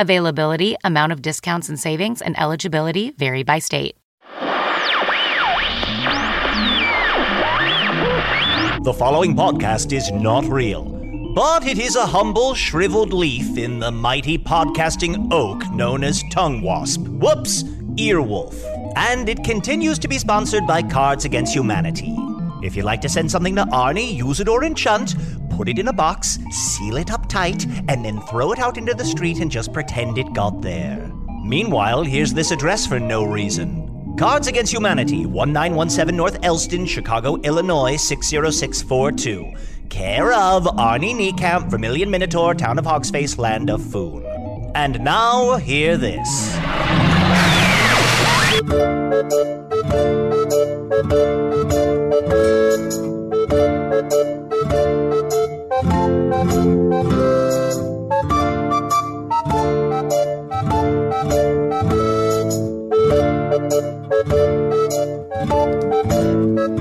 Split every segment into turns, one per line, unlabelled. Availability, amount of discounts and savings, and eligibility vary by state.
The following podcast is not real, but it is a humble, shriveled leaf in the mighty podcasting oak known as Tongue Wasp. Whoops, Earwolf. And it continues to be sponsored by Cards Against Humanity. If you'd like to send something to Arnie, use it or enchant, put it in a box, seal it up tight, and then throw it out into the street and just pretend it got there. Meanwhile, here's this address for no reason. Cards Against Humanity, 1917 North Elston, Chicago, Illinois, 60642. Care of Arnie Niekamp, Vermilion Minotaur, Town of Hogsface, Land of Foon. And now, hear this.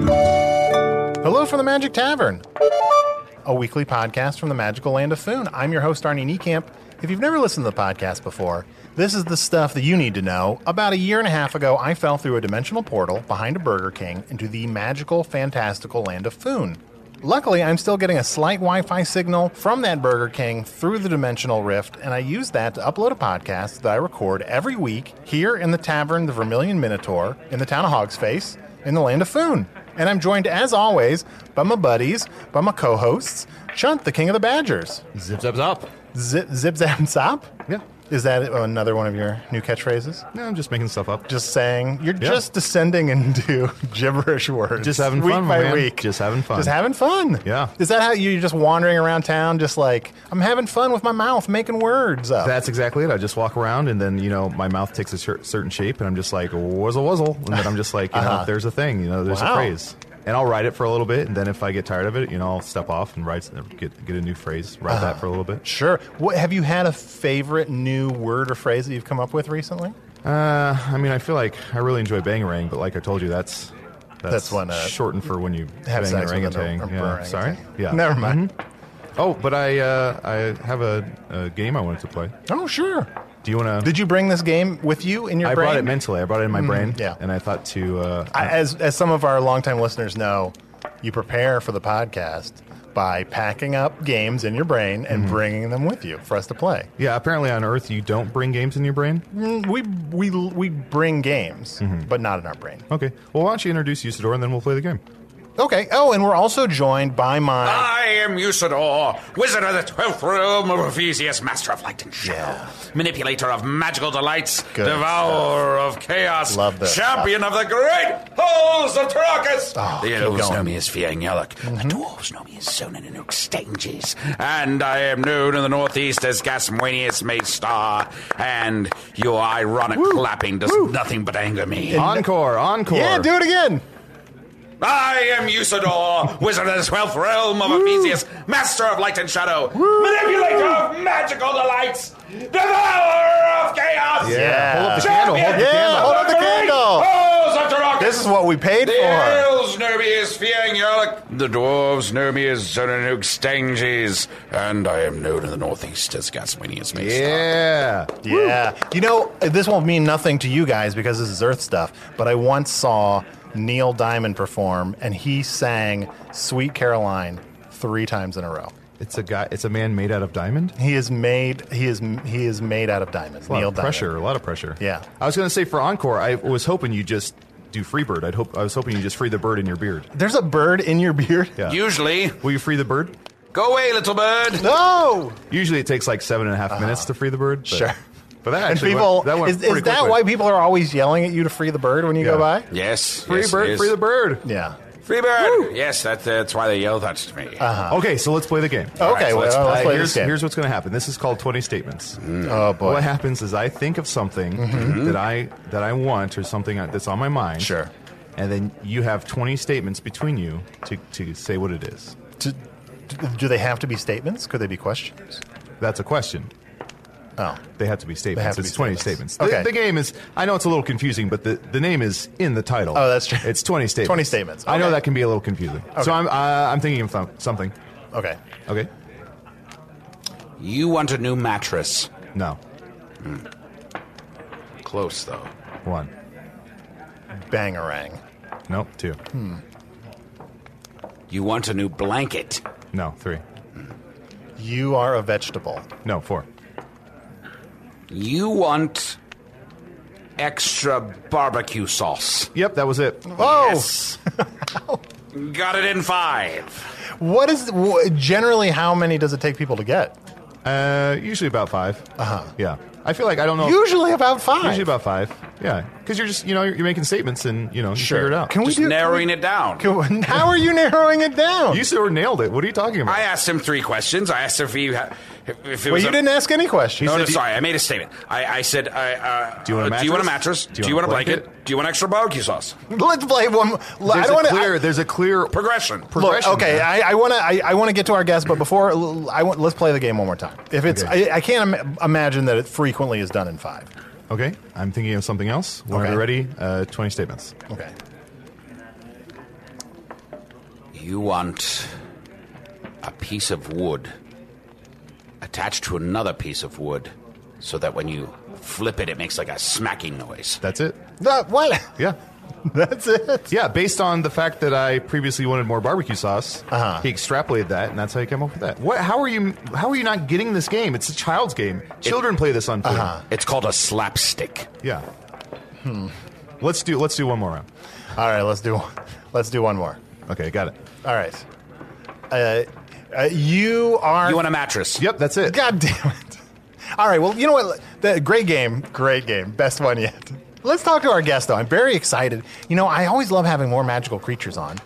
Hello from the Magic Tavern, a weekly podcast from the magical land of Foon. I'm your host, Arnie Niekamp. If you've never listened to the podcast before, this is the stuff that you need to know. About a year and a half ago, I fell through a dimensional portal behind a Burger King into the magical, fantastical land of Foon. Luckily, I'm still getting a slight Wi Fi signal from that Burger King through the dimensional rift, and I use that to upload a podcast that I record every week here in the tavern, the Vermilion Minotaur, in the town of Hogsface, in the land of Foon. And I'm joined, as always, by my buddies, by my co hosts, Chunt, the King of the Badgers.
Zip zap zap.
Zip, zip, zap, and zap?
Yeah.
Is that another one of your new catchphrases?
No, I'm just making stuff up.
Just saying, you're just descending into gibberish words.
Just having
week
fun, my
by
man.
week.
Just having fun.
Just having fun.
Yeah.
Is that how you're just wandering around town, just like I'm having fun with my mouth, making words up?
That's exactly it. I just walk around and then, you know, my mouth takes a cer- certain shape and I'm just like, wuzzle, wuzzle. And then I'm just like, you know, there's a thing, you know, there's
Uh-huh. Wow.
a phrase. And I'll write it for a little bit. And then if I get tired of it, you know, I'll step off and write, get, get a new phrase, write that for a little bit.
Uh-huh. sure. What have you had a favorite new word or phrase that you've come up with recently?
Uh, I mean, I feel like I really enjoy bangarang, but like I told you, that's.
That's when, uh,
shortened for when you
Have
bang
sex
an
with an
orangutan.
or-
Yeah.
orangutan.
Sorry. Yeah.
Never mind. Uh-huh.
Oh, but I uh, I have a, a game I wanted to play.
Oh, sure.
Do you want to?
Did you bring this game with you in your
I
brain? Mm-hmm.
brought it mentally. I brought it in my brain.
yeah.
And I thought to. Uh,
I, as as some of our longtime listeners know, you prepare for the podcast by packing up games in your brain and
Mm-hmm.
bringing them with you for us to play.
yeah, apparently on Earth you don't bring games in your brain. Mm-hmm.
Mm, We we we bring games, but not in our brain.
Okay. Well, why don't you introduce Usador and then we'll play the game?
Okay. Oh, and we're also joined by my.
I am Usador, wizard of the twelfth realm of Ephesius, master of light and shadow, manipulator of magical delights,
Good
devourer of chaos,
Love this
champion of the great halls of Trakus. the
Oh, keep going.
elves
Mm-hmm.
know me as Fiang Yalak. The dwarves know me as Sonan and Oxtanges. And I am known in the northeast as Gasmoenius Maystar. And your ironic clapping does nothing but anger me.
Encore, encore.
Yeah, do it again.
I am Usador, wizard of the twelfth realm of Ephesius, master of light and shadow, manipulator of magical delights, devourer of chaos.
Yeah. Hold up the
champion
candle, hold up the candle.
Hold up
of
the
great
candle.
halls of Turok.
This is what we paid
The
for.
elves know me as Fiang Yarlik. The dwarves know me as Zonanuk Stanges. And I am known in the northeast as Gaswinius Maester.
Yeah.
Yeah. You know, this won't mean nothing to you guys because this is Earth stuff, but I once saw Neil Diamond perform and he sang Sweet Caroline three times in a row.
It's a guy. It's a man made out of diamond.
He is made he is he is made out of diamonds.
A lot
Neil
of pressure.
Diamond.
A lot of pressure.
Yeah.
I was gonna say for encore, I was hoping you just do free bird. I'd hope. I was hoping you just free the bird in your beard.
There's a bird in your beard?
Yeah.
Usually,
Will you free the bird?
go away, little bird.
No. Uh-huh.
Usually it takes like seven and a half minutes to free the bird. But,
Sure.
But that
And
actually
people
went, that went
is,
pretty
is that
quickly.
why people are always yelling at you to free the bird when you go
Yeah.
by?
Yes.
free
yes,
bird?
yes.
Free the bird.
Yeah.
Free bird. Yes, that, that's why they yell that to me.
Uh-huh.
Okay, so let's play the game.
Okay, well,
so let's
let's,
Uh,
play
here's,
this game.
here's what's going to happen. This is called 20 statements.
oh boy. Mm-hmm.
What happens is I think of something that I that I want or something that's on my mind.
Sure.
And then you have 20 statements between you to, to say what it is.
Do, do they have to be statements? Could they be questions?
That's a question.
Oh.
They have to be statements.
have to
it's
be
20
statements.
statements. The-
Okay.
The, game is, I know it's a little confusing, but the, the name is in the title.
Oh, that's true.
It's 20 statements.
20 statements.
I know
Okay.
that can be a little confusing. So I'm, uh, I'm thinking of thom- something.
Okay.
Okay?
You want a new mattress.
No.
Close, though.
One.
Bangarang. Hmm.
Nope. Two.
You want a new blanket.
No. Three.
You are a vegetable.
No. Four.
You want extra barbecue sauce.
Yep, that was it.
Oh,
Yes. Got it in five.
what is wh- generally how many does it take people to get? Uh-huh.
Uh, usually about five. Uh huh. Yeah. I feel like I don't know.
Usually about five.
Usually about five. Yeah, because you're just you know you're, you're making statements and you know you figure it out.
Can we
Just
do?
narrowing it down.
can we- how are you narrowing it down?
you sort of nailed it. What are you talking about?
I asked him three questions. I asked if he ha- if it
well,
was
you
a-
didn't ask any questions.
No, no, sorry. I made a statement. I, I said, I, uh,
Do you want a
uh, do you want a
mattress?
mattress? Do you, want a blanket?
blanket?
Do you want extra barbecue sauce?
Let's play one. I
there's
don't want
a clear.
to.
there's a clear
Progression.
Look,
progression
okay,
there.
I, I want to. I, I want to get to our guest, but before l- I want, let's play the game one more time. If it's,
Okay.
I, I can't Im- imagine that it frequently is done in five.
okay, I'm thinking of something else. Whenever
Okay.
you're ready, uh, 20 statements.
Okay.
You want a piece of wood attached to another piece of wood so that when you flip it, it makes like a smacking noise.
That's it.
That what?
Yeah.
That's it.
Yeah, based on the fact that I previously wanted more barbecue sauce, uh-huh. he extrapolated that, and that's how he came up with that. What? How are you? How are you not getting this game? It's a child's game. Children play this on. Uh-huh.
It's called a slapstick.
Yeah. Hmm. Let's do. Let's do one more round.
All right, let's do. Let's do one more.
Okay, got it.
All right. Uh, uh, you are.
You want a mattress.
Yep, that's it.
God damn it. All right. Well, you know what? The, great game. Great game. Best one yet. Let's talk to our guest, though. I'm very excited. You know, I always love having more magical creatures on,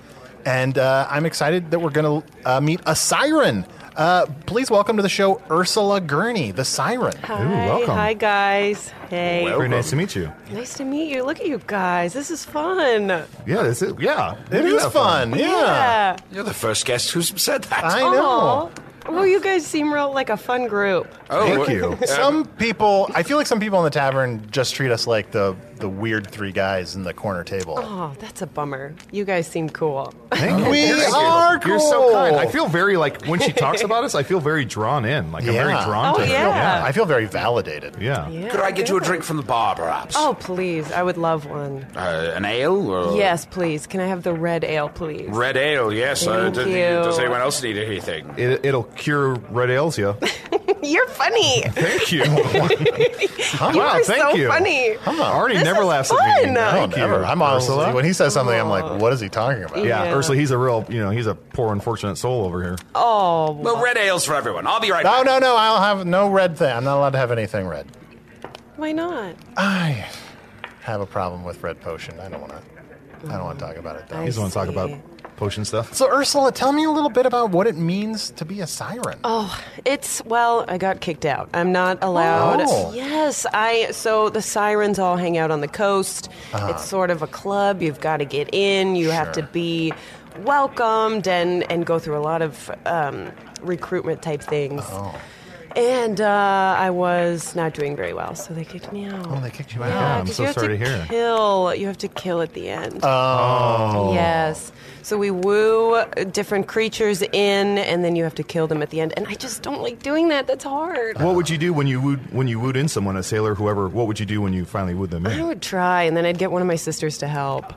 and uh, I'm excited that we're going to uh, meet a siren. Uh, please welcome to the show Ursula Gurney, the siren.
Hi,
welcome.
hi guys. Hey,
Very nice to meet you.
nice to meet you. Look at you guys. This is fun. Yeah.
Yeah, this is, yeah.
It is fun. Yeah.
You're the first guest who's said that.
I
Aw.
know.
Well, you guys seem real like a fun group.
oh,
Thank
well,
you.
Some people, I feel like some people in the tavern just treat us like the the weird three guys in the corner table.
Oh, that's a bummer. You guys seem cool.
Thank
We
Thank
are
You're so
cool.
kind. I feel very like when she talks about us, I feel very drawn in. Like I'm very
Yeah.
drawn
Oh,
to
yeah.
I feel very validated.
her. Yeah. Yeah.
Could I get you a drink from the bar, perhaps?
Oh, please. I would love one.
Uh, an ale? Or
Yes, please. Can I have the red ale, please?
Red ale, yes. Uh,
Thank
d-
you.
Does anyone else need anything?
It, it'll cure red ails you.
You're funny.
Thank you. wow,
you are
thank
so
you.
funny.
Arnie
This
never
is
laughs at me.
fun. Oh.
No,
Thank you.
never. I'm honestly,
Ursula.
when he says something, I'm like, what is he talking about?
yeah,
Yeah.
Ursula, he's a real, you know, he's a poor, unfortunate soul over here.
Oh,
Well, red ale's for everyone. Oh, I'll be right
No,
back.
no, no. I'll have no red thing. I'm not allowed to have anything red.
why not?
I have a problem with red potion. I don't want to. I don't want to talk about it though.
I
He doesn't want to talk
see.
about potion stuff.
So, Ursula, tell me a little bit about what it means to be a siren.
It's well, I got kicked out. I'm not allowed.
Oh.
Yes, I so the sirens all hang out on the coast. It's sort of a club. You've got to get in. You have to
Sure.
be welcomed and and go through a lot of um, recruitment type things. And uh, I was not doing very well, so they kicked me out.
they kicked you
Yeah,
I'm
'cause
so
you have
sorry to
to
hear.
Kill. You have to kill at the end. Oh. Yes. So we woo different creatures in, and then you have to kill them at the end. And I just don't like doing that. That's hard.
What would you do when you wooed, when you wooed in someone, a sailor, whoever? What would you do when you finally wooed them
I
in?
would try, and then I'd get one of my sisters to help.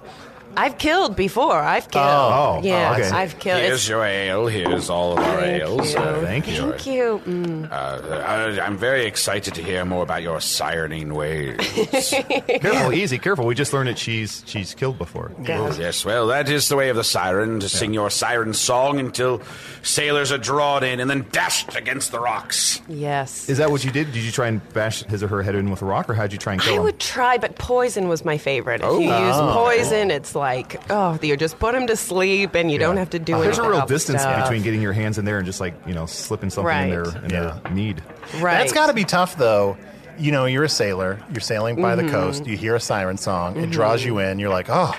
I've killed before. I've killed.
Oh. Oh,
yeah.
okay.
I've killed.
Here's
It's-
your ale. Here's all of our
Thank
ales.
you.
thank you.
Thank you. Mm.
Uh, I, I'm very excited to hear more about your sirening ways.
Mm.
Careful, easy, careful. We just learned that she's she's killed before.
Oh, yes, well, that is the way of the siren to sing your siren song until sailors are drawn in and then dashed against the rocks.
Yes.
Is that what you did? Did you try and bash his or her head in with a rock, or how'd you try and kill
I
him? Oh.
would try, but poison was my favorite. If you use poison, it's like, oh, you just put him to sleep and you don't have to do
There's
anything
a real
else
distance
stuff.
between getting your hands in there and just like you know slipping something in
Right.
their in
Yeah.
their need.
Right.
That's got to be tough, though. You know, you're a sailor, you're sailing by
Mm-hmm.
the coast, you hear a siren song, it draws you in, you're like, oh,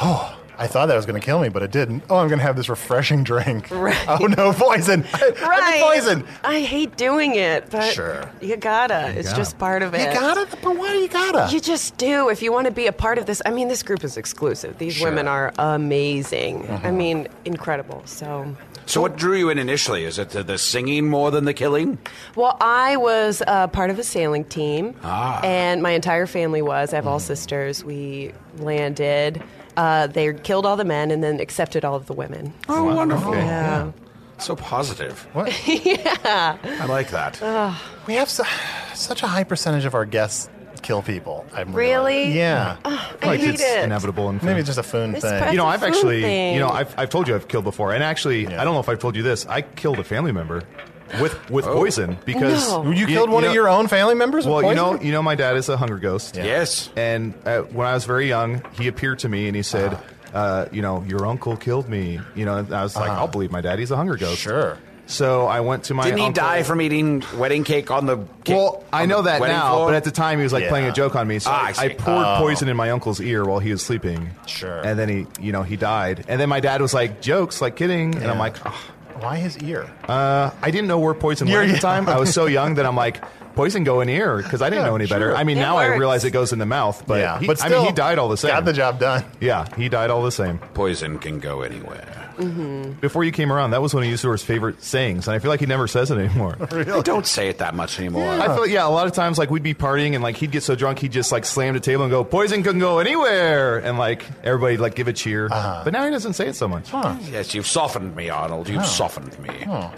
oh. I thought that was going to kill me, but it didn't. Oh, I'm going to have this refreshing drink.
Right.
Oh no, poison! I- I've been
Right.
poisoned.
I hate doing it, but
Sure.
you gotta. it's
gotta.
just part of it.
You gotta, but why you gotta?
You just do if you want to be a part of this. I mean, this group is exclusive. These women are amazing. I
Uh-huh.
mean, incredible. So,
So, what drew you in initially? Is it the, the singing more than the killing?
well, I was uh, part of a sailing team,
Ah.
Ah,
and my entire family was. I have all
Mm-hmm.
sisters. We landed. Uh, they killed all the men and then accepted all of the women.
Oh, wonderful.
Okay.
So positive. What? yeah. I like that.
we have su- such a high percentage of our guests kill people. I'm
Really?
realizing. Yeah.
I
Like
hate
it's
it.
inevitable and
Maybe it's just a foon
It's
thing.
pre-
you know,
a
I've
food
actually,
thing.
you know, I've, I've told you I've killed before, and actually, I don't know if I've told you this. I killed a family member with with poison because
Oh. No.
Oh. you killed one of
know-
your own family members? with
Well, you know,
poison?
you know, my dad is a hunger ghost.
Yes.
And uh, when I was very young, he appeared to me and he said,
Ah.
uh, "You know, your uncle killed me." You know, and I was like, "I'll believe my dad. He's a hunger ghost."
Sure.
So I went to my.
Didn't he
uncle-
die from eating wedding cake on the cake,
Well, I
on the
know that
wedding
now,
floor?
but at the time he was like
Yeah.
playing a joke on me. So
Ah, I
I,
see.
poured poison in my uncle's ear while he was sleeping.
Sure.
And then he, you know, he died. And then my dad was like, "Jokes, like kidding," and I'm like, "Ah."
why his ear?
Uh, I didn't know where poison
You're
went at the
young.
time. I was so young that I'm like, poison go in ear because I didn't
Yeah,
know any better.
sure.
I mean,
It
now I
works.
realize it goes in the mouth, but,
yeah,
he,
but
I mean,
still,
he died all the same.
Got the job done.
Yeah, he died all the same.
poison can go anywhere.
Mm-hmm.
Before you came around, that was one of Usador's favorite sayings, and I feel like he never says it anymore.
I don't say it that much anymore.
I feel yeah, a lot of times like we'd be partying and like he'd get so drunk he'd just like slam the table and go, "Poison can go anywhere," and like everybody'd like give a cheer.
Uh-huh.
But now he doesn't say it so much.
Yes, you've softened me, Arnold. You've softened me.
Oh.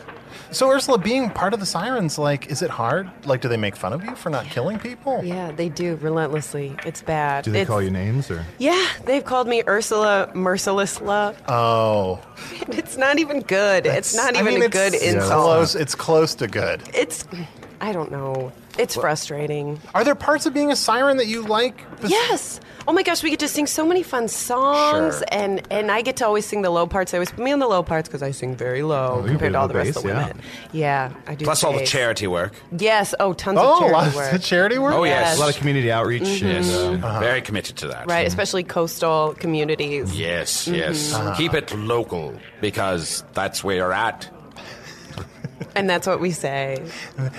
So Ursula, being part of the sirens, like, is it hard? Like, do they make fun of you for not killing people?
Yeah, they do relentlessly. It's bad.
Do they
It's-
call you names or?
Yeah, they've called me Ursula Merciless Love.
Oh,
It's not even good. It's not
I
even
mean,
a
it's
good insult.
Close, it's close to good.
It's, I don't know. It's frustrating.
Are there parts of being a siren that you like? bes-
Yes. Oh my gosh, we get to sing so many fun songs,
Sure.
and and I get to always sing the low parts. They always put me on the low parts because I sing very
Oh,
low
you
compared
do
to all
the
the rest of the
bass, yeah.
women. Yeah, I do.
Plus all the
bass.
charity work.
Yes. Oh, tons of
Oh,
charity
lots
work.
of charity work.
Oh, yes.
A lot of community outreach.
Yes. Uh-huh.
and, uh,
Very committed to that.
Right, Mm-hmm. especially coastal communities.
Yes, yes.
Uh-huh.
Uh-huh.
Keep it local because that's where you're at.
And that's what we say.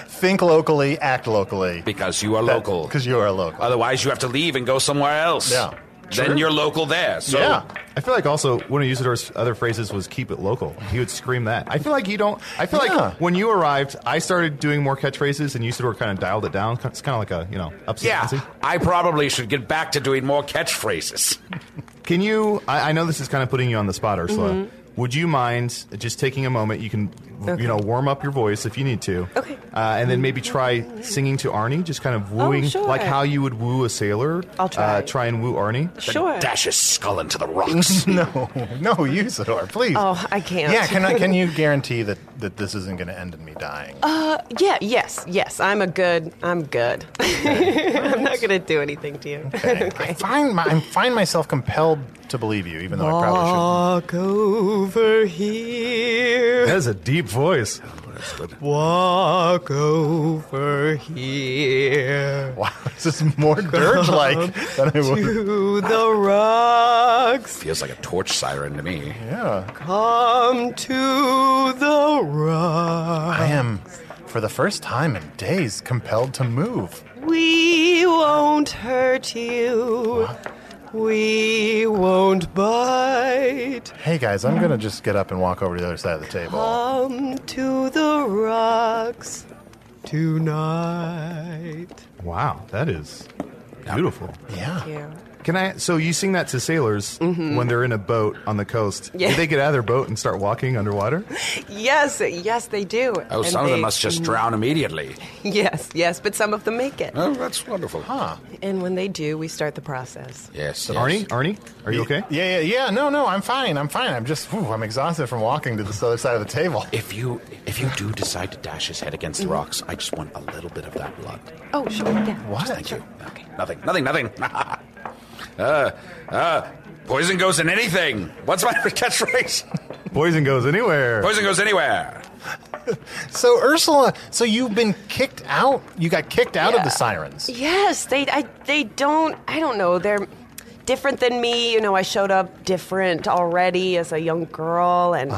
Think locally, act locally.
Because you are local.
Because you are local.
Otherwise, you have to leave and go somewhere else.
Yeah.
Then you're local there. So
yeah.
I feel like also one of Usador's other phrases was "keep it local." He would scream that. I feel like you don't. I feel
Yeah.
like when you arrived, I started doing more catchphrases, and Usador kind of dialed it down. It's kind of like a you know upside
Yeah,
down.
I probably should get back to doing more catchphrases.
Can you? I, I know this is kind of putting you on the spot, Ursula.
Mm-hmm.
Would you mind just taking a moment? You can, you know, warm up your voice if you need to.
Okay. Oh,
Uh, and then maybe try singing to Arnie, just kind of wooing,
sure.
like how you would woo a sailor.
I'll try.
Uh, try and woo Arnie.
Sure.
Dash his skull into the rocks.
No, no, Usador, please.
Oh, I can't.
Yeah, can I? Can you guarantee that that this isn't going to end in me dying.
Uh, Yeah, yes, yes. I'm a good. I'm good. I'm not gonna do anything to you.
Okay. I find my, I find myself compelled to believe you, even though I
Oh.
probably shouldn't.
Walk over here.
That is a deep voice.
Walk over here.
Wow, this is more dirge-like than I would.
To the rocks.
Feels like a torch siren to me.
Come to the rocks.
I am, for the first time in days, compelled to move.
We won't hurt you. We won't bite.
Hey guys, I'm gonna just get up and walk over to the other side of the table.
Come to the rocks tonight.
Wow, that is beautiful.
Yeah.
Can I? So you sing that to sailors
Mm-hmm.
when they're in a boat on the coast?
Yeah.
Do they get out of their boat and start walking underwater?
Yes, yes, they do.
Oh,
And
some of them
they-
must just drown immediately.
Yes, yes, but some of them make it.
Oh, that's wonderful. Huh.
And when they do, we start the process.
Yes. yes.
Arnie, Arnie, are you okay?
Yeah, yeah, yeah. No, no, I'm fine. I'm fine. I'm just, whew, I'm exhausted from walking to this other side of the table.
If you if you do decide to dash his head against
Mm-hmm.
the rocks, I just want a little bit of that blood.
Oh, sure, yeah.
What?
Thank you. Okay. Nothing. Nothing. Nothing. uh, uh, poison goes in anything. What's my catchphrase?
Poison goes anywhere.
poison goes anywhere.
So Ursula, so you've been kicked out. You got kicked out of the
Yeah.
sirens.
Yes, they I they don't I don't know. They're different than me. You know, I showed up different already as a young girl and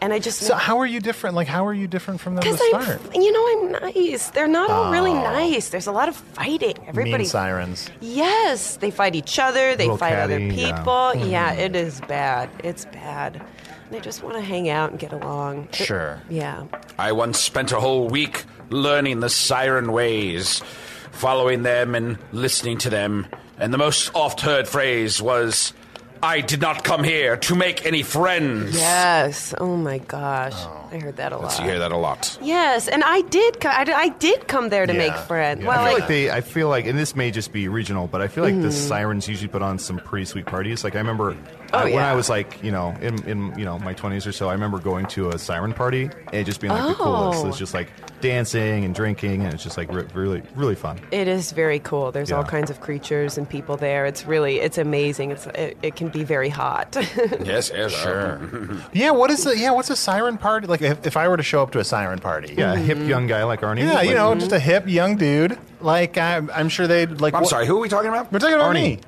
and I just
Uh-huh. So how are you different? Like, how are you different from them to
Because
start?
I'm, you know, I'm nice. They're not all really nice. There's a lot of fighting.
Oh. Mean
Everybody.
sirens.
Yes, they fight each other. They
Little
fight other
catty, yeah. Hmm.
people. Yeah. it is bad. It's bad. And I just want to hang out and get along. It-
Sure.
yeah.
I once spent a whole week learning the siren ways, following them and listening to them. And the most oft heard phrase was, I did not come here to make any friends.
Yes. Oh my gosh.
Oh.
I heard that a lot.
Let's hear that a lot.
Yes, and I did. Co- I, d- I did come there to
Yeah,
make friends.
yeah.
Well,
I
like,
feel
Mm-hmm.
like they. I feel like, and this may just be regional, but I feel like the sirens usually put on some pretty sweet parties. Like I remember
Oh,
I- when
yeah.
I was like, you know, in, in you know my twenties or so, I remember going to a siren party and it just being like the coolest.
Oh.
It's just like dancing and drinking, and it's just like re- really, really fun.
it is very cool. There's all
Yeah.
kinds of creatures and people there. It's really, it's amazing. It's it, it can be very hot.
Yes, yes. Sure.
Yeah. What is the? Yeah. What's a siren party? Like, if, if I were to show up to a siren party.
Yeah, a hip
Mm-hmm.
young guy like Arnie.
Yeah. You
like- mm-hmm.
know, just a hip young dude. Like, I'm, I'm sure they'd like.
I'm
wha-
sorry, who are we talking about?
We're talking about
Arnie.
me.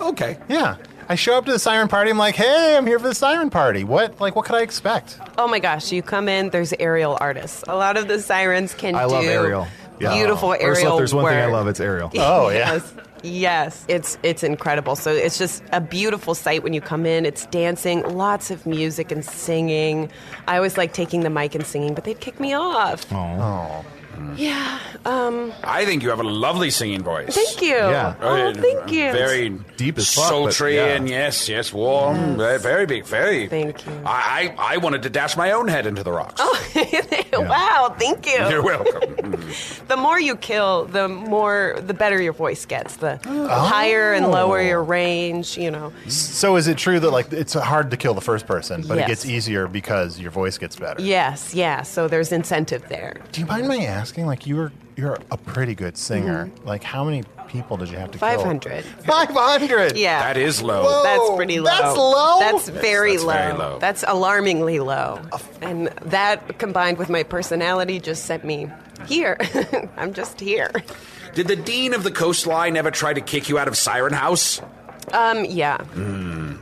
Okay.
Yeah. I show up to the siren party. I'm like, hey, I'm here for the siren party. What? Like, what could I expect?
oh my gosh! You come in. There's aerial artists. A lot of the sirens can.
I love
do
aerial. Yeah.
Beautiful aerial.
Ursula, if there's one thing I
work.
love, it's aerial.
Oh, yeah.
Yes. Yes, it's it's incredible. So it's just a beautiful sight when you come in. It's dancing, lots of music and singing. I always like taking the mic and singing, but they'd kick me off.
Aw.
Yeah. Um,
I think you have a lovely singing voice. Uh,
thank you.
Yeah.
Oh, thank you.
Very
Deep as fuck, but
sultry,
yeah.
and yes, yes, warm, ve- very big, very.
Thank you. Oh.
I, I, I wanted to dash my own head into the rocks.
wow. Thank you.
You're welcome.
The more you kill, the more the better your voice gets. The higher and lower your range. You know.
So is it true that like it's hard to kill the first person, but it
Yes.
gets easier because your voice gets better?
Yes. Yeah. So there's incentive there.
Do you mind my asking? Like you were, you're a pretty good singer.
Mm-hmm.
Like how many people did you have to kill?
500.
Five hundred.
Yeah.
that is low.
Whoa.
That's pretty low.
That's low?
That's very
that's
low.
very low.
That's alarmingly low. And that combined with my personality just sent me here. I'm just here.
Did the dean of the coastline ever try to kick you out of Siren House? Hmm,
Um, yeah.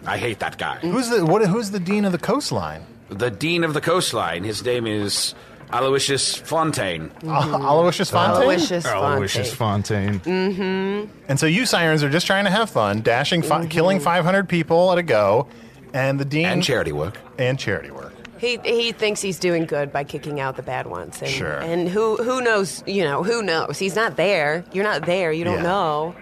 I hate that guy.
Who's the what? Who's the dean of the coastline?
The dean of the coastline. His name is Aloysius Fontaine.
Al- Aloysius Fontaine. Mm-hmm.
Delicious
Aloysius Fontaine.
And so you sirens are just trying to have fun, dashing, fi- killing five hundred people at a go, and the dean
And charity work.
and charity work.
He he thinks he's doing good by kicking out the bad ones. And,
Sure.
And who who knows? You know who knows? He's not there. You're not there. You don't
Yeah.
know.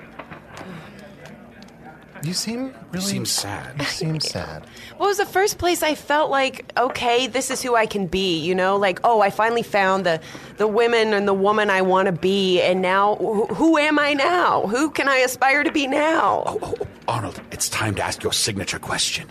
You seem really
Seems sad.
You seem sad.
What was the first place I felt like, okay, this is who I can be, you know? Like, oh, I finally found the, the women and the woman I want to be, and now who, who am I now? Who can I aspire to be now?
Oh, Arnold, it's time to ask your signature question.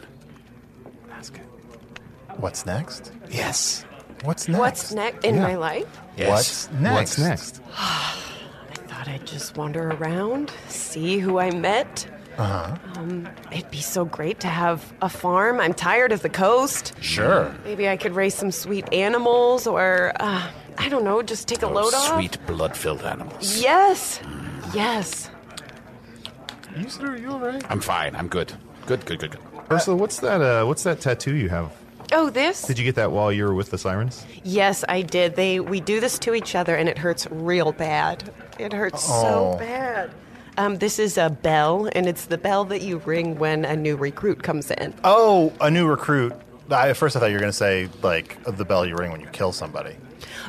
What's next?
Yes.
What's next?
What's next in
Yeah.
my life?
Yes.
What's next?
What's next?
I thought I'd just wander around, see who I met.
Uh-huh.
Um, it'd be so great to have a farm. I'm tired of the coast.
Sure.
Maybe I could raise some sweet animals, or uh, I don't know, just take a
Oh,
load off.
Sweet blood-filled animals.
Yes, yes.
You, sir, you all right?
I'm fine. I'm good. Good. Good. Good. Good.
Ursula, what's that? Uh, what's that tattoo you have?
Oh, this?
Did you get that while you were with the sirens?
Yes, I did. They we do this to each other, and it hurts real bad. It hurts
Oh.
so bad. Um, this is a bell, and it's the bell that you ring when a new recruit comes in.
Oh, a new recruit. I, at first, I thought you were going to say, like, the bell you ring when you kill somebody.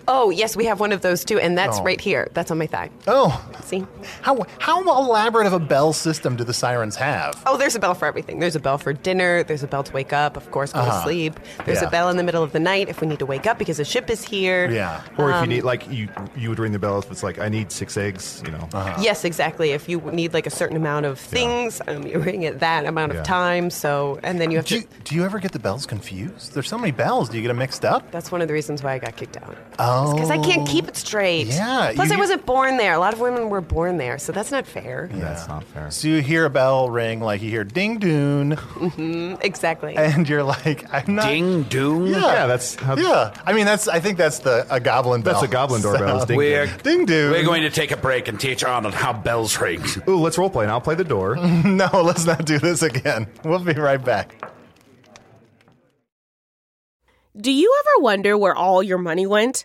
Oh, yes, we have one of those too, and that's
Oh.
right here. That's on my thigh.
Oh,
See?
how, how elaborate of a bell system do the sirens have?
Oh, there's a bell for everything. There's a bell for dinner. There's a bell to wake up, of course, go
Uh-huh.
to sleep. There's
Yeah.
a bell in the middle of the night if we need to wake up because a ship is here.
Yeah.
Or
Um,
if you need, like, you you would ring the bell if it's like, I need six eggs, you know.
Uh-huh.
Yes, exactly. If you need like a certain amount of things, um, you ring it that amount
Yeah.
of time. So, and then you have
Do
to.
you, do you ever get the bells confused? There's so many bells. Do you get them mixed up?
That's one of the reasons why I got kicked out.
Oh.
Because I can't keep it straight.
Yeah,
Plus,
you-
I wasn't born there. A lot of women were born there, so that's not fair.
That's not fair.
So you hear a bell ring, like you hear ding doon,
Mm-hmm, Exactly.
and you're like, I'm not.
Ding doom.
Yeah, that's how.
Yeah. I mean, that's. I think that's the a goblin bell.
That's a goblin doorbell. is ding
We're
ding.
Ding doon.
We're going to take a break and teach Arnold how bells ring.
Ooh, let's role play, and I'll play the door.
No, let's not do this again. We'll be right back.
Do you ever wonder where all your money went?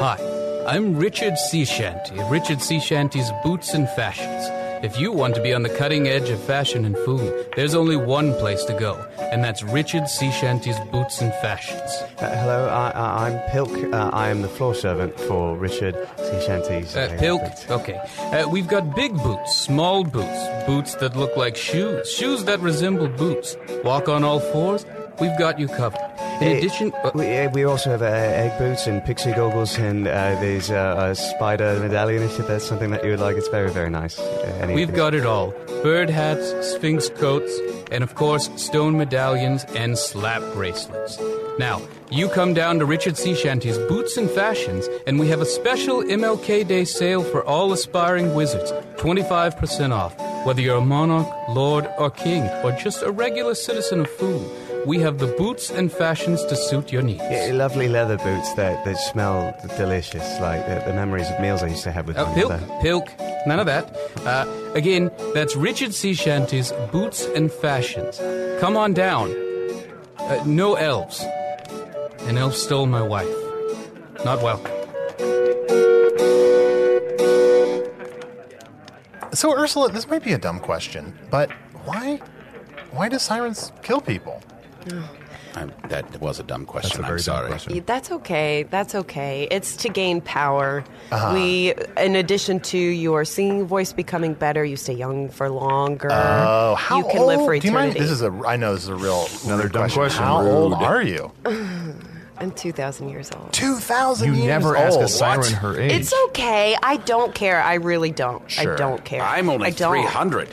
Hi, I'm Richard Sea Shanty of Richard Sea Shanty's Boots and Fashions. If you want to be on the cutting edge of fashion and food, there's only one place to go, and that's Richard Sea Shanty's Boots and Fashions.
Uh, hello, I, I, I'm Pilk. Uh, I am the floor servant for Richard C. Shanty's.
Uh, Pilk? Okay. Uh, we've got big boots, small boots, boots that look like shoes, shoes that resemble boots. Walk on all fours, we've got you covered. In addition. uh,
we, uh, we also have uh, egg boots and pixie goggles and uh, these uh, uh, spider medallion. If that's something that you would like, it's very, very nice. Uh, any of
We've
these.
got it all bird hats, sphinx coats, and of course, stone medallions and slap bracelets. Now, you come down to Richard Sea Shanty's Boots and Fashions, and we have a special MLK Day sale for all aspiring wizards 25% off. Whether you're a monarch, lord, or king, or just a regular citizen of Foon, we have the boots and fashions to suit your needs.
Yeah, lovely leather boots that, that smell delicious, like the, the memories of meals I used to have with
Uh,
my
pilk,
mother.
pilk, none of that. Uh, again, that's Richard Sea Shanty's Boots and Fashions. Come on down. Uh, no elves. An elf stole my wife. Not welcome.
So Ursula, this might be a dumb question, but why why do sirens kill people?
I'm, that was a dumb question.
a very
I'm
dumb
sorry.
Yeah, That's okay. That's okay. It's to gain power.
Uh-huh.
We, in addition to your singing voice becoming better, you stay young for longer.
Oh, how
you can
old?
live for
do you mind?
eternity.
This is a I know this is a real another
dumb question.
How
Rude.
old are you?
I'm 2,000 years old.
2,000
You years never ask a old? siren What? her age.
It's okay. I don't care. I really don't. I don't care.
I'm only
I don't.
300.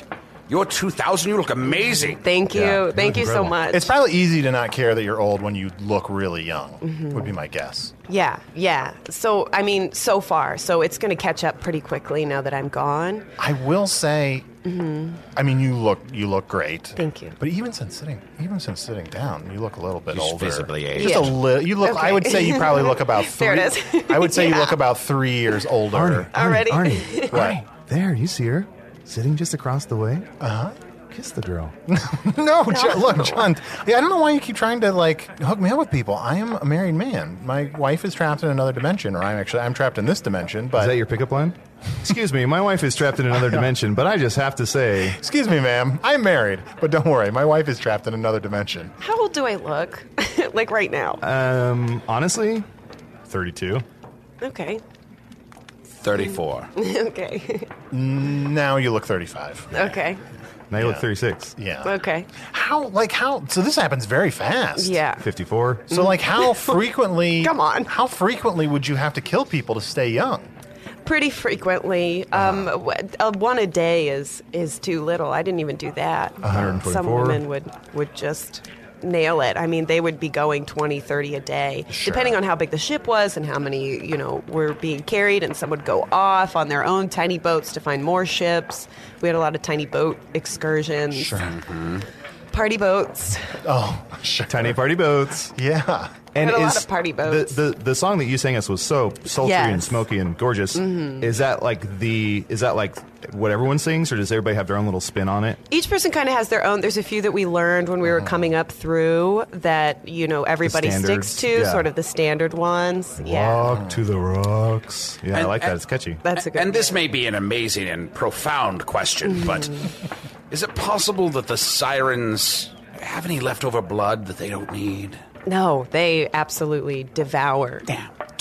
You're 2,000. You look amazing.
Thank you.
Yeah,
Thank you so
incredible.
much.
It's probably easy to not care that you're old when you look really young.
Mhm.
Would be my guess.
yeah, yeah. So, I mean, so far. So it's going to catch up pretty quickly now that I'm gone.
I will say,
Mhm.
I mean, you look you look great.
Thank you.
But even since sitting, even since sitting down, you look a little bit
He's
older.
visibly
Just a
aged.
little. You look. I would say you probably look about. Three,
There it is.
I would say you
Yeah.
look about three years older.
Already.
Arnie,
What?
Arnie, there, you see her sitting just across the way.
Uh-huh.
Uh huh. Kiss the girl.
no, John, look, John. Yeah, I don't know why you keep trying to like hook me up with people. I am a married man. My wife is trapped in another dimension, or I'm actually I'm trapped in this dimension. But
Is that your pickup line? Excuse me, my wife is trapped in another dimension, but I just have to say.
Excuse me, ma'am. I'm married, but don't worry, my wife is trapped in another dimension.
How old do I look? like right now.
Um, honestly, 32.
Okay.
34.
okay.
Now you look 35.
Okay.
Now you look 36.
Yeah.
Okay.
How like how so this happens very fast.
Yeah.
54.
So like how frequently
Come on.
How frequently would you have to kill people to stay young?
Pretty frequently. Um, w- uh, one a day is is too little. I didn't even do that.
144.
Some women would would just nail it. I mean, they would be going 20, 30 a day, depending on how big the ship was and how many, you know, were being carried and some would go off on their own tiny boats to find more ships. We had a lot of tiny boat excursions. Mm-hmm. Party boats.
Oh, sure.
Tiny party boats.
Yeah.
And
Had a lot
is
of party
the-
boats.
The, the, song that you sang us was so sultry and
Yes.
smoky and gorgeous.
Mhm.
Is that like the is that like what everyone sings, or does everybody have their own little spin on it?
Each person kind of has their own. There's a few that we learned when we
Uh-huh.
were coming up through that you know everybody
standards,
sticks to,
yeah.
sort of the standard ones. Yeah,
Walk to the rocks. Yeah, I
And-
like that.
and-
It's catchy.
that's a good. Mm.
And this may be an amazing and profound question, but is it possible that the sirens have any leftover blood that they don't need?
No, they absolutely devour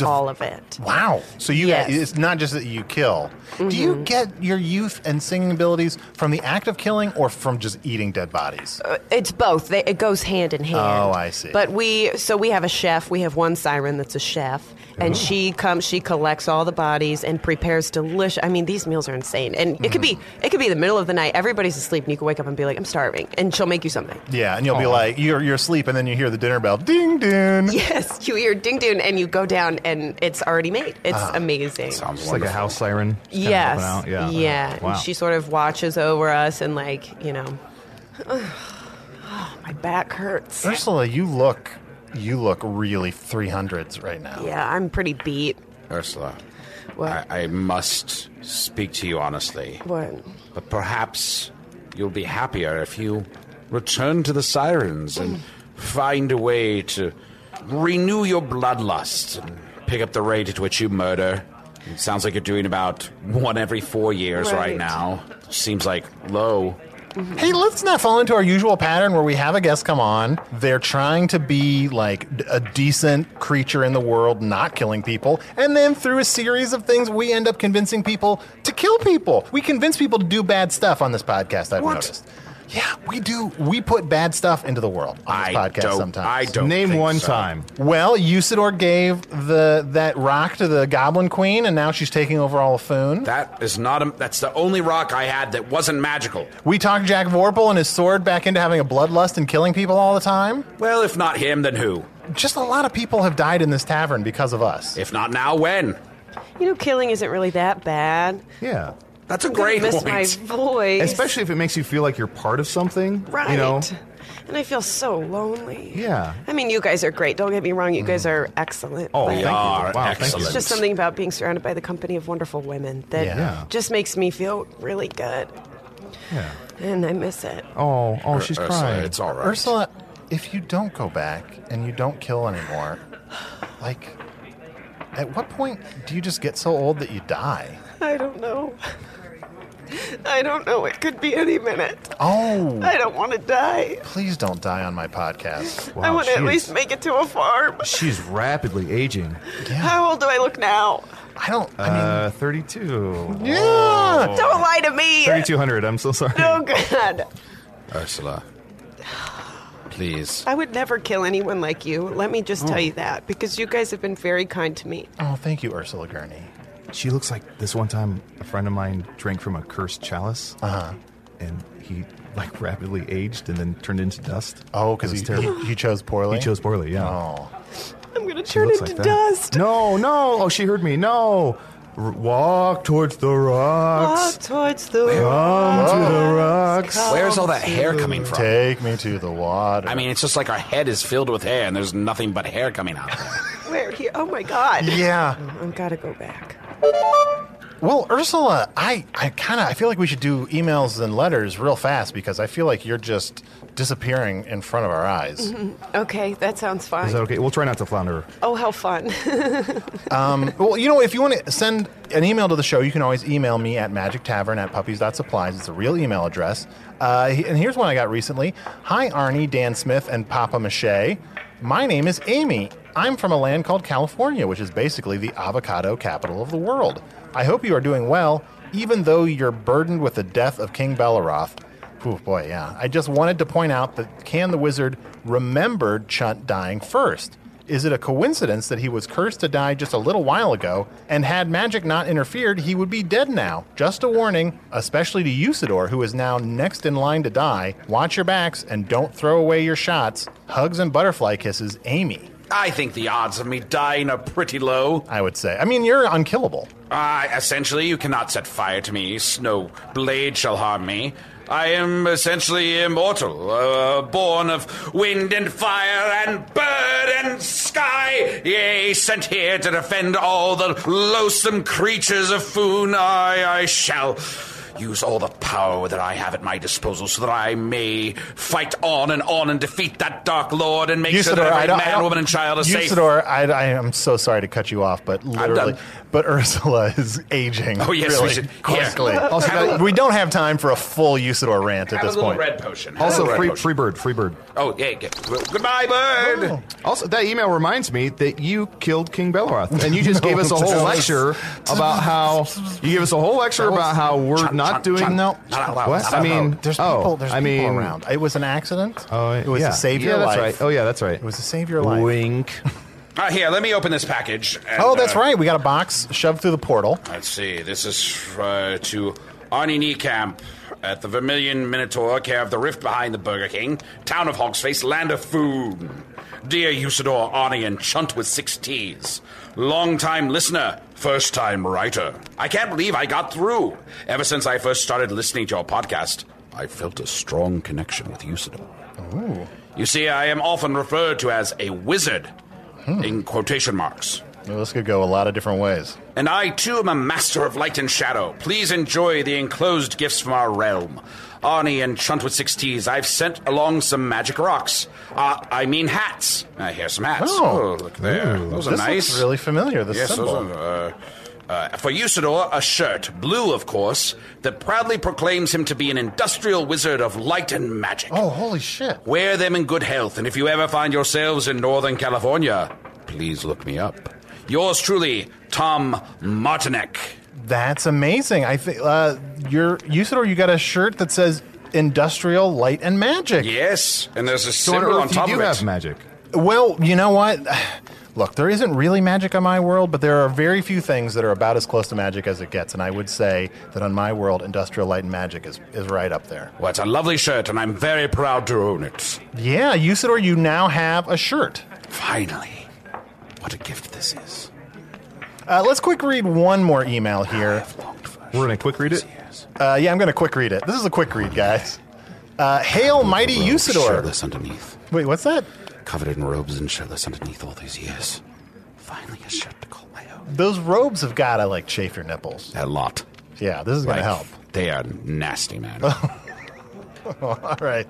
all of it.
Wow. So you
Yes. Mm-hmm.
it's not just that you kill. Do you get your youth and singing abilities from the act of killing or from just eating dead bodies?
Uh, It's both. They, it goes hand in hand.
Oh, I see.
But we so we have a chef. We have one siren that's a chef, and
Ooh.
she comes. She collects all the bodies and prepares delicious. I mean, these meals are insane, and it could be
Mm-hmm.
it could be the middle of the night. Everybody's asleep, and you can wake up and be like, "I'm starving," and she'll make you something.
Yeah, and you'll
oh.
be like you're you're asleep and then you hear the dinner bell ding ding.
Yes, you hear ding ding, and you go down, and it's already made. It's
Ah,
amazing.
It's like a house siren. just kinda
Yes.
helping
Yeah.
out. Yeah.
And
Wow.
she sort of watches over us, and like you know, my back hurts.
Ursula, you look you look really 300s right now.
Yeah, I'm pretty beat.
Ursula, I, I must speak to you honestly.
What?
But perhaps you'll be happier if you return to the sirens and find a way to renew your bloodlust and pick up the rate at which you murder. It sounds like you're doing about one every four years right,
Right.
now. Seems like low.
Hey, let's not fall into our usual pattern where we have a guest come on. They're trying to be like d- a decent creature in the world, not killing people. And then through a series of things, we end up convincing people to kill people. We convince people to do bad stuff on this podcast, I've
What?
noticed. Yeah, we do. We put bad stuff into the world on this
I
podcast
don't-
sometimes.
I don't Name think one so. time.
Well, Usador gave the that rock to the Goblin Queen, and now she's taking over all of Foon.
That is not a, that's the only rock I had that wasn't magical.
We talked Jack Vorpal and his sword back into having a bloodlust and killing people all the time.
Well, if not him, then who?
just a lot of people have died in this tavern because of us.
If not now, when?
You know, killing isn't really that bad.
Yeah.
That's
a great miss my point. voice.
Especially if it makes you feel like you're part of something.
Right.
You know?
And I feel so lonely.
Yeah.
I mean, you guys are great. Don't get me wrong. You guys are excellent.
Oh,
but
thank you. Wow, thank you.
It's just something about being surrounded by the company of wonderful women that
Yeah. Yeah.
just makes me feel really good.
Yeah.
And I miss it.
Oh, oh,
Ur-
she's
Ursula,
crying.
it's all right. Ursula, if you don't go back and you don't kill anymore, like, at what point do you just get so old that you die?
I don't know. I don't know. It could be any minute.
Oh,
I don't want to die.
please don't die on my podcast.
I want to at least make it to a farm.
She's rapidly aging.
How old do I look now?
I don't.
I mean, Oh. uh, 32.
Yeah.
Whoa.
Don't lie to me.
3200. I'm so sorry.
Oh, God.
Ursula. Please.
I would never kill anyone like you. Let me just
Oh.
tell you that because you guys have been very kind to me.
Oh, thank you, Ursula Gurney.
She looks like this one time a friend of mine drank from a cursed chalice. Uh
Uh-huh.
huh. And he like rapidly aged and then turned into dust.
Oh, because he, he, he chose poorly.
He chose poorly, yeah.
Oh.
I'm going to
She
turn
looks
into
like that.
dust.
No, no. Oh, she heard me. No. R- walk towards the rocks.
Walk towards the
Come to the
rocks.
rocks.
Where's all that hair coming from?
Take me to the water.
I mean, it's just like our head is filled with hair and there's nothing but hair coming out.
Where here? Oh my God. Oh,
Yeah.
I've got to go back.
Well, Ursula, I, I kind of I feel like we should do emails and letters real fast because I feel like you're just disappearing in front of our eyes.
Mhm. Okay, that sounds fine.
Is that okay? We'll try not to flounder.
oh, how fun.
Um, well, you know, if you want to send an email to the show, you can always email me at magictavern at puppies.supplies. It's a real email address. Uh, he- and here's one I got recently Hi, Arnie, Dan Smith, and Papa Mache. My name is Amy. I'm from a land called California, which is basically the avocado capital of the world. I hope you are doing well, even though you're burdened with the death of King Belleroth. Poof, boy, yeah. I just wanted to point out that Can the Wizard remembered Chunt dying first. Is it a coincidence that he was cursed to die just a little while ago, and had magic not interfered, he would be dead now? Just a warning, especially to Usador, who is now next in line to die. Watch your backs and don't throw away your shots. Hugs and butterfly kisses, Amy.
I think the odds of me dying are pretty low.
I would say. I mean, you're unkillable.
Uh, essentially, you cannot set fire to me. No blade shall harm me. I am essentially immortal, uh, born of wind and fire and bird and sky. Yea, sent here to defend all the loathsome creatures of Foon. I, I shall use all the power that I have at my disposal so that I may fight on and on and defeat that dark lord and make sure that every
don't-
man,
don't-
woman, and child is safe.
Usador, I, I am so sorry to cut you off, but literally,
done.
but Ursula is aging.
Oh, yes, we
really
should- here.
quickly.
Also,
Have
that-
a- we don't have time for a full Usador rant at
Have a
this
little
point.
red potion. Have a
Also,
little red
free,
potion.
free bird, free bird.
Oh, yeah. yeah. Well, Goodbye, bird.
Also, that email reminds me that you killed King Belleroth, and you just
No,
gave us a
that
whole
was-
lecture about how you gave us a whole lecture
That was-
about how we're
Chun,
not
chun,
doing.
chun. No,
Not
chun.
allowed. What? I mean,
there's
oh,
people. There's
I mean,
people around. It was an accident.
Oh,
it was
yeah.
to save your
yeah,
life.
That's right. Oh yeah, that's right.
It was to save your life.
Wink.
Uh, here, let me open this package. and,
Oh, that's
uh,
right. We got a box shoved through the portal.
Let's see. This is uh, to Arnie Niekamp at the Vermilion Minotaur, care of the rift behind the Burger King, town of Hogsface, land of food. Dear Usador, Arnie, and Chunt with six T's. Long time listener, first time writer. I can't believe I got through. Ever since I first started listening to your podcast, I felt a strong connection with Usador. You see, I am often referred to as a wizard, in quotation marks.
Well, this could go a lot of different ways.
And I too am a master of light and shadow. Please enjoy the enclosed gifts from our realm. Arnie and Chunt with six T's, I've sent along some magic rocks. Uh, I mean hats. I hear some hats.
Oh.
look there. Those are
this
nice.
Looks really familiar. This
yes,
symbol.
those are. Uh, uh, for Usador, a shirt, blue of course, that proudly proclaims him to be an industrial wizard of light and magic.
oh, holy shit!
Wear them in good health, and if you ever find yourselves in Northern California, please look me up. Yours truly, Tom Martinek.
That's amazing. I think uh, your Usador, you got a shirt that says "Industrial Light and Magic."
Yes, and there's a
So on
symbol on
Earth, you
top
do
of it.
have magic.
Well, you know what? Look, there isn't really magic on my world, but there are very few things that are about as close to magic as it gets. And I would say that on my world, industrial light and magic is, is right up there.
Well, it's a lovely shirt, and I'm very proud to own it.
Yeah, Usador, you now have a shirt.
Finally. What a gift this is.
Uh, let's quick read one more email here.
We're going to quick read it?
Uh, yeah, I'm going to quick read it. This is a quick read, guys. Uh, Hail, mighty
Robes,
Usador.
Shirtless underneath.
Wait, what's that?
Covered in robes and shirtless underneath all these years. Finally a shirt to call my own.
Those robes have got to, like, chafe your nipples.
A lot.
Oh,
Yeah, this is going
Like,
to help.
They are nasty, man.
All right.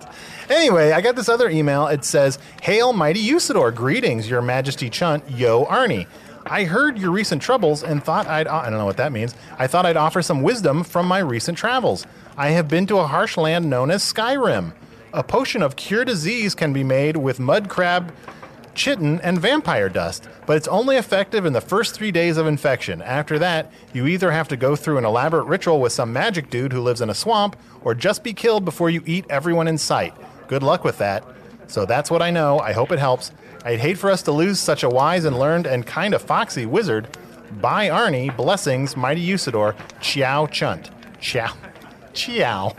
Anyway, I got this other email. It says, Hail, mighty Usador. Greetings, your majesty Chunt, yo, Arnie. I heard your recent troubles and thought I'd, I don't know what that means. I thought I'd offer some wisdom from my recent travels. I have been to a harsh land known as Skyrim. A potion of cure disease can be made with mud crab, chitin, and vampire dust, but it's only effective in the first three days of infection. After that, you either have to go through an elaborate ritual with some magic dude who lives in a swamp, or just be killed before you eat everyone in sight. Good luck with that. So that's what I know. I hope it helps. I'd hate for us to lose such a wise and learned and kind of foxy wizard. Bye, Arnie. Blessings, mighty Usador. Ciao, Chunt. Ciao. Ciao.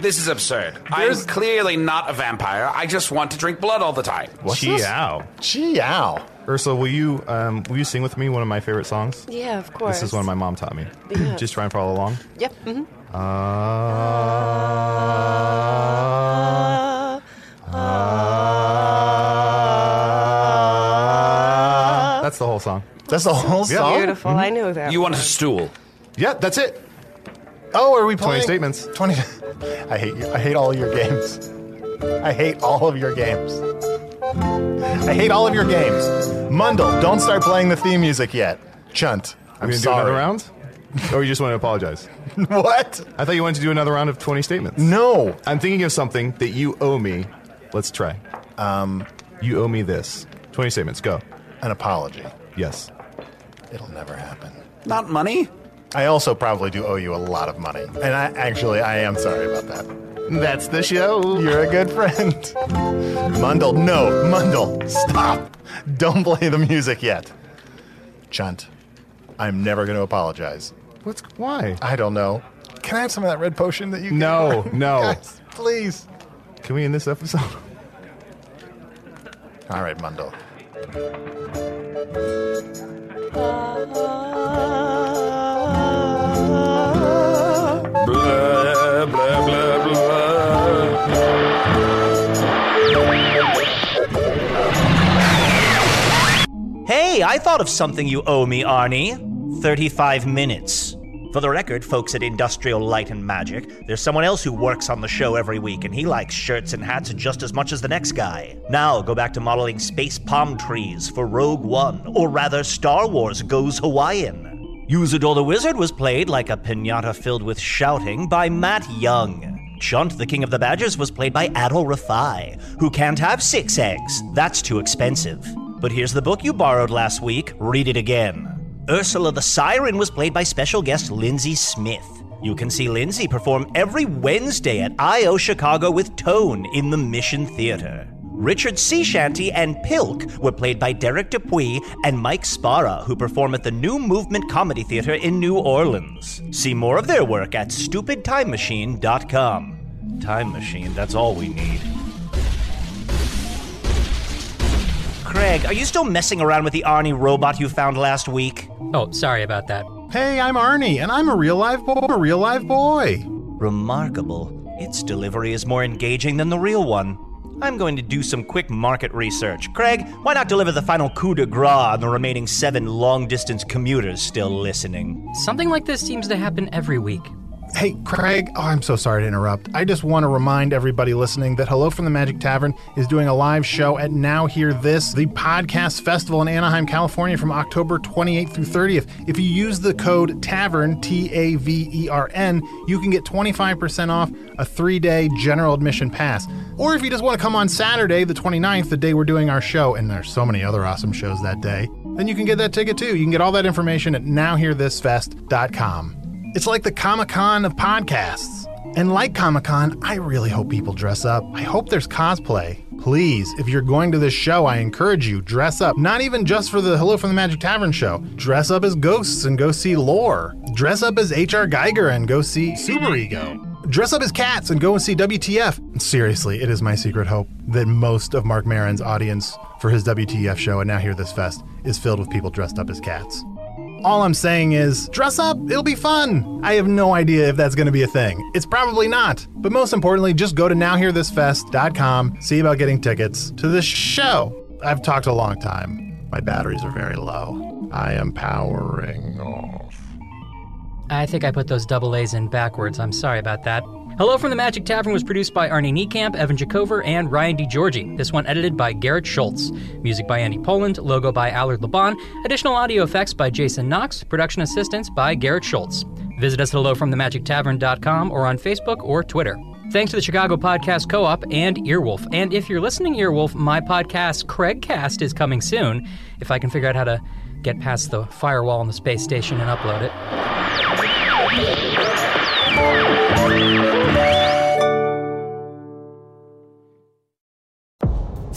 This is absurd. I'm clearly not a vampire. I just want to drink blood all the time.
What's this? Chiao.
Chiao.
Ursula, will you um, will you sing with me one of my favorite songs?
Yeah, of
This is one my mom taught me.
Yeah.
Just try and follow along.
Yep. mhm.
Ah, ah. That's the whole song.
That's the whole song? Beautiful,
I know that
You want a stool.
Yeah, that's it.
Oh, are we
20
playing?
statements.
20. I hate you. I hate all your games. I hate all of your games. I hate all of your games. Mundle, don't start playing the theme music yet. Chunt,
Are
I'm
we gonna do
sorry.
another round? or you just want to apologize?
what?
I thought you wanted to do another round of 20 statements.
No.
I'm thinking of something that you owe me. Let's try. Um, you owe me this. 20 statements. Go.
An apology.
Yes.
It'll never happen.
Not money.
I also probably do owe you a lot of money. And I actually, I am sorry about that.
That's the show.
You're a good friend. Mundle, no. Mundle, stop. Don't play the music yet. Chunt, I'm never going to apologize.
What's why?
I don't know. Can I have some of that red potion that you?
No,
gave her?
no.
Guys, please.
Can we end this episode?
All right, Mundo.
Blah, blah, blah, blah.
Hey, I thought of something you owe me, Arnie. 35 minutes. For the record, folks at Industrial Light and Magic, there's someone else who works on the show every week, and he likes shirts and hats just as much as the next guy. Now, go back to modeling space palm trees for Rogue One, or rather, Star Wars Goes Hawaiian. Usador the Wizard was played like a pinata filled with shouting by Matt Young. Chunt, the King of the Badgers, was played by Adol Rafai, who can't have six eggs. That's too expensive. But here's the book you borrowed last week. Read it again. Ursula the Siren was played by special guest Lindsay Smith. You can see Lindsay perform every Wednesday at I.O. Chicago with Tone in the Mission Theater. Richard Sea Shanty and Pilk were played by Derek Dupuy and Mike Spara, who perform at the New Movement Comedy Theater in New Orleans. See more of their work at stupidtimemachine.com. Time Machine, that's all we need. Craig, are you still messing around with the Arnie robot you found last week?
Oh, sorry about that.
Hey, I'm Arnie, and I'm a real live boy. A real live boy.
Remarkable. Its delivery is more engaging than the real one. I'm going to do some quick market research. Craig, why not deliver the final coup de grace on the remaining seven long distance commuters still listening?
Something like this seems to happen every week.
Hey, Craig. Oh, I'm so sorry to interrupt. I just want to remind everybody listening that Hello from the Magic Tavern is doing a live show at Now Hear This, the podcast festival in Anaheim, California, from October 28th through 30th. If you use the code TAVERN, T A V E R N, you can get 25% off a three day general admission pass. Or if you just want to come on Saturday, the 29th, the day we're doing our show, and there's so many other awesome shows that day, then you can get that ticket too. You can get all that information at nowhearthisfest.com. It's like the Comic Con of podcasts. And like Comic Con, I really hope people dress up. I hope there's cosplay. Please, if you're going to this show, I encourage you, dress up. Not even just for the Hello from the Magic Tavern show. Dress up as ghosts and go see Lore. Dress up as H.R. Geiger and go see Superego. dress up as cats and go and see WTF. Seriously, it is my secret hope that most of Mark Marin's audience for his WTF show and Now Hear This Fest is filled with people dressed up as cats. All I'm saying is, dress up, it'll be fun. I have no idea if that's going to be a thing. It's probably not. But most importantly, just go to nowhearthisfest.com, see about getting tickets to this show. I've talked a long time. My batteries are very low. I am powering Oh. off.
I think I put those double A's in backwards. I'm sorry about that. Hello from the Magic Tavern was produced by Arnie Niekamp, Evan Jacover, and Ryan DiGiorgi. This one edited by Garrett Schultz. Music by Andy Poland, logo by Allard Laban, additional audio effects by Jason Knox, production assistance by Garrett Schultz. Visit us at hellofromthemagictavern.com or on Facebook or Twitter. Thanks to the Chicago Podcast Co-op and Earwolf. And if you're listening, Earwolf, my podcast Craigcast is coming soon. If I can figure out how to get past the firewall on the space station and upload it.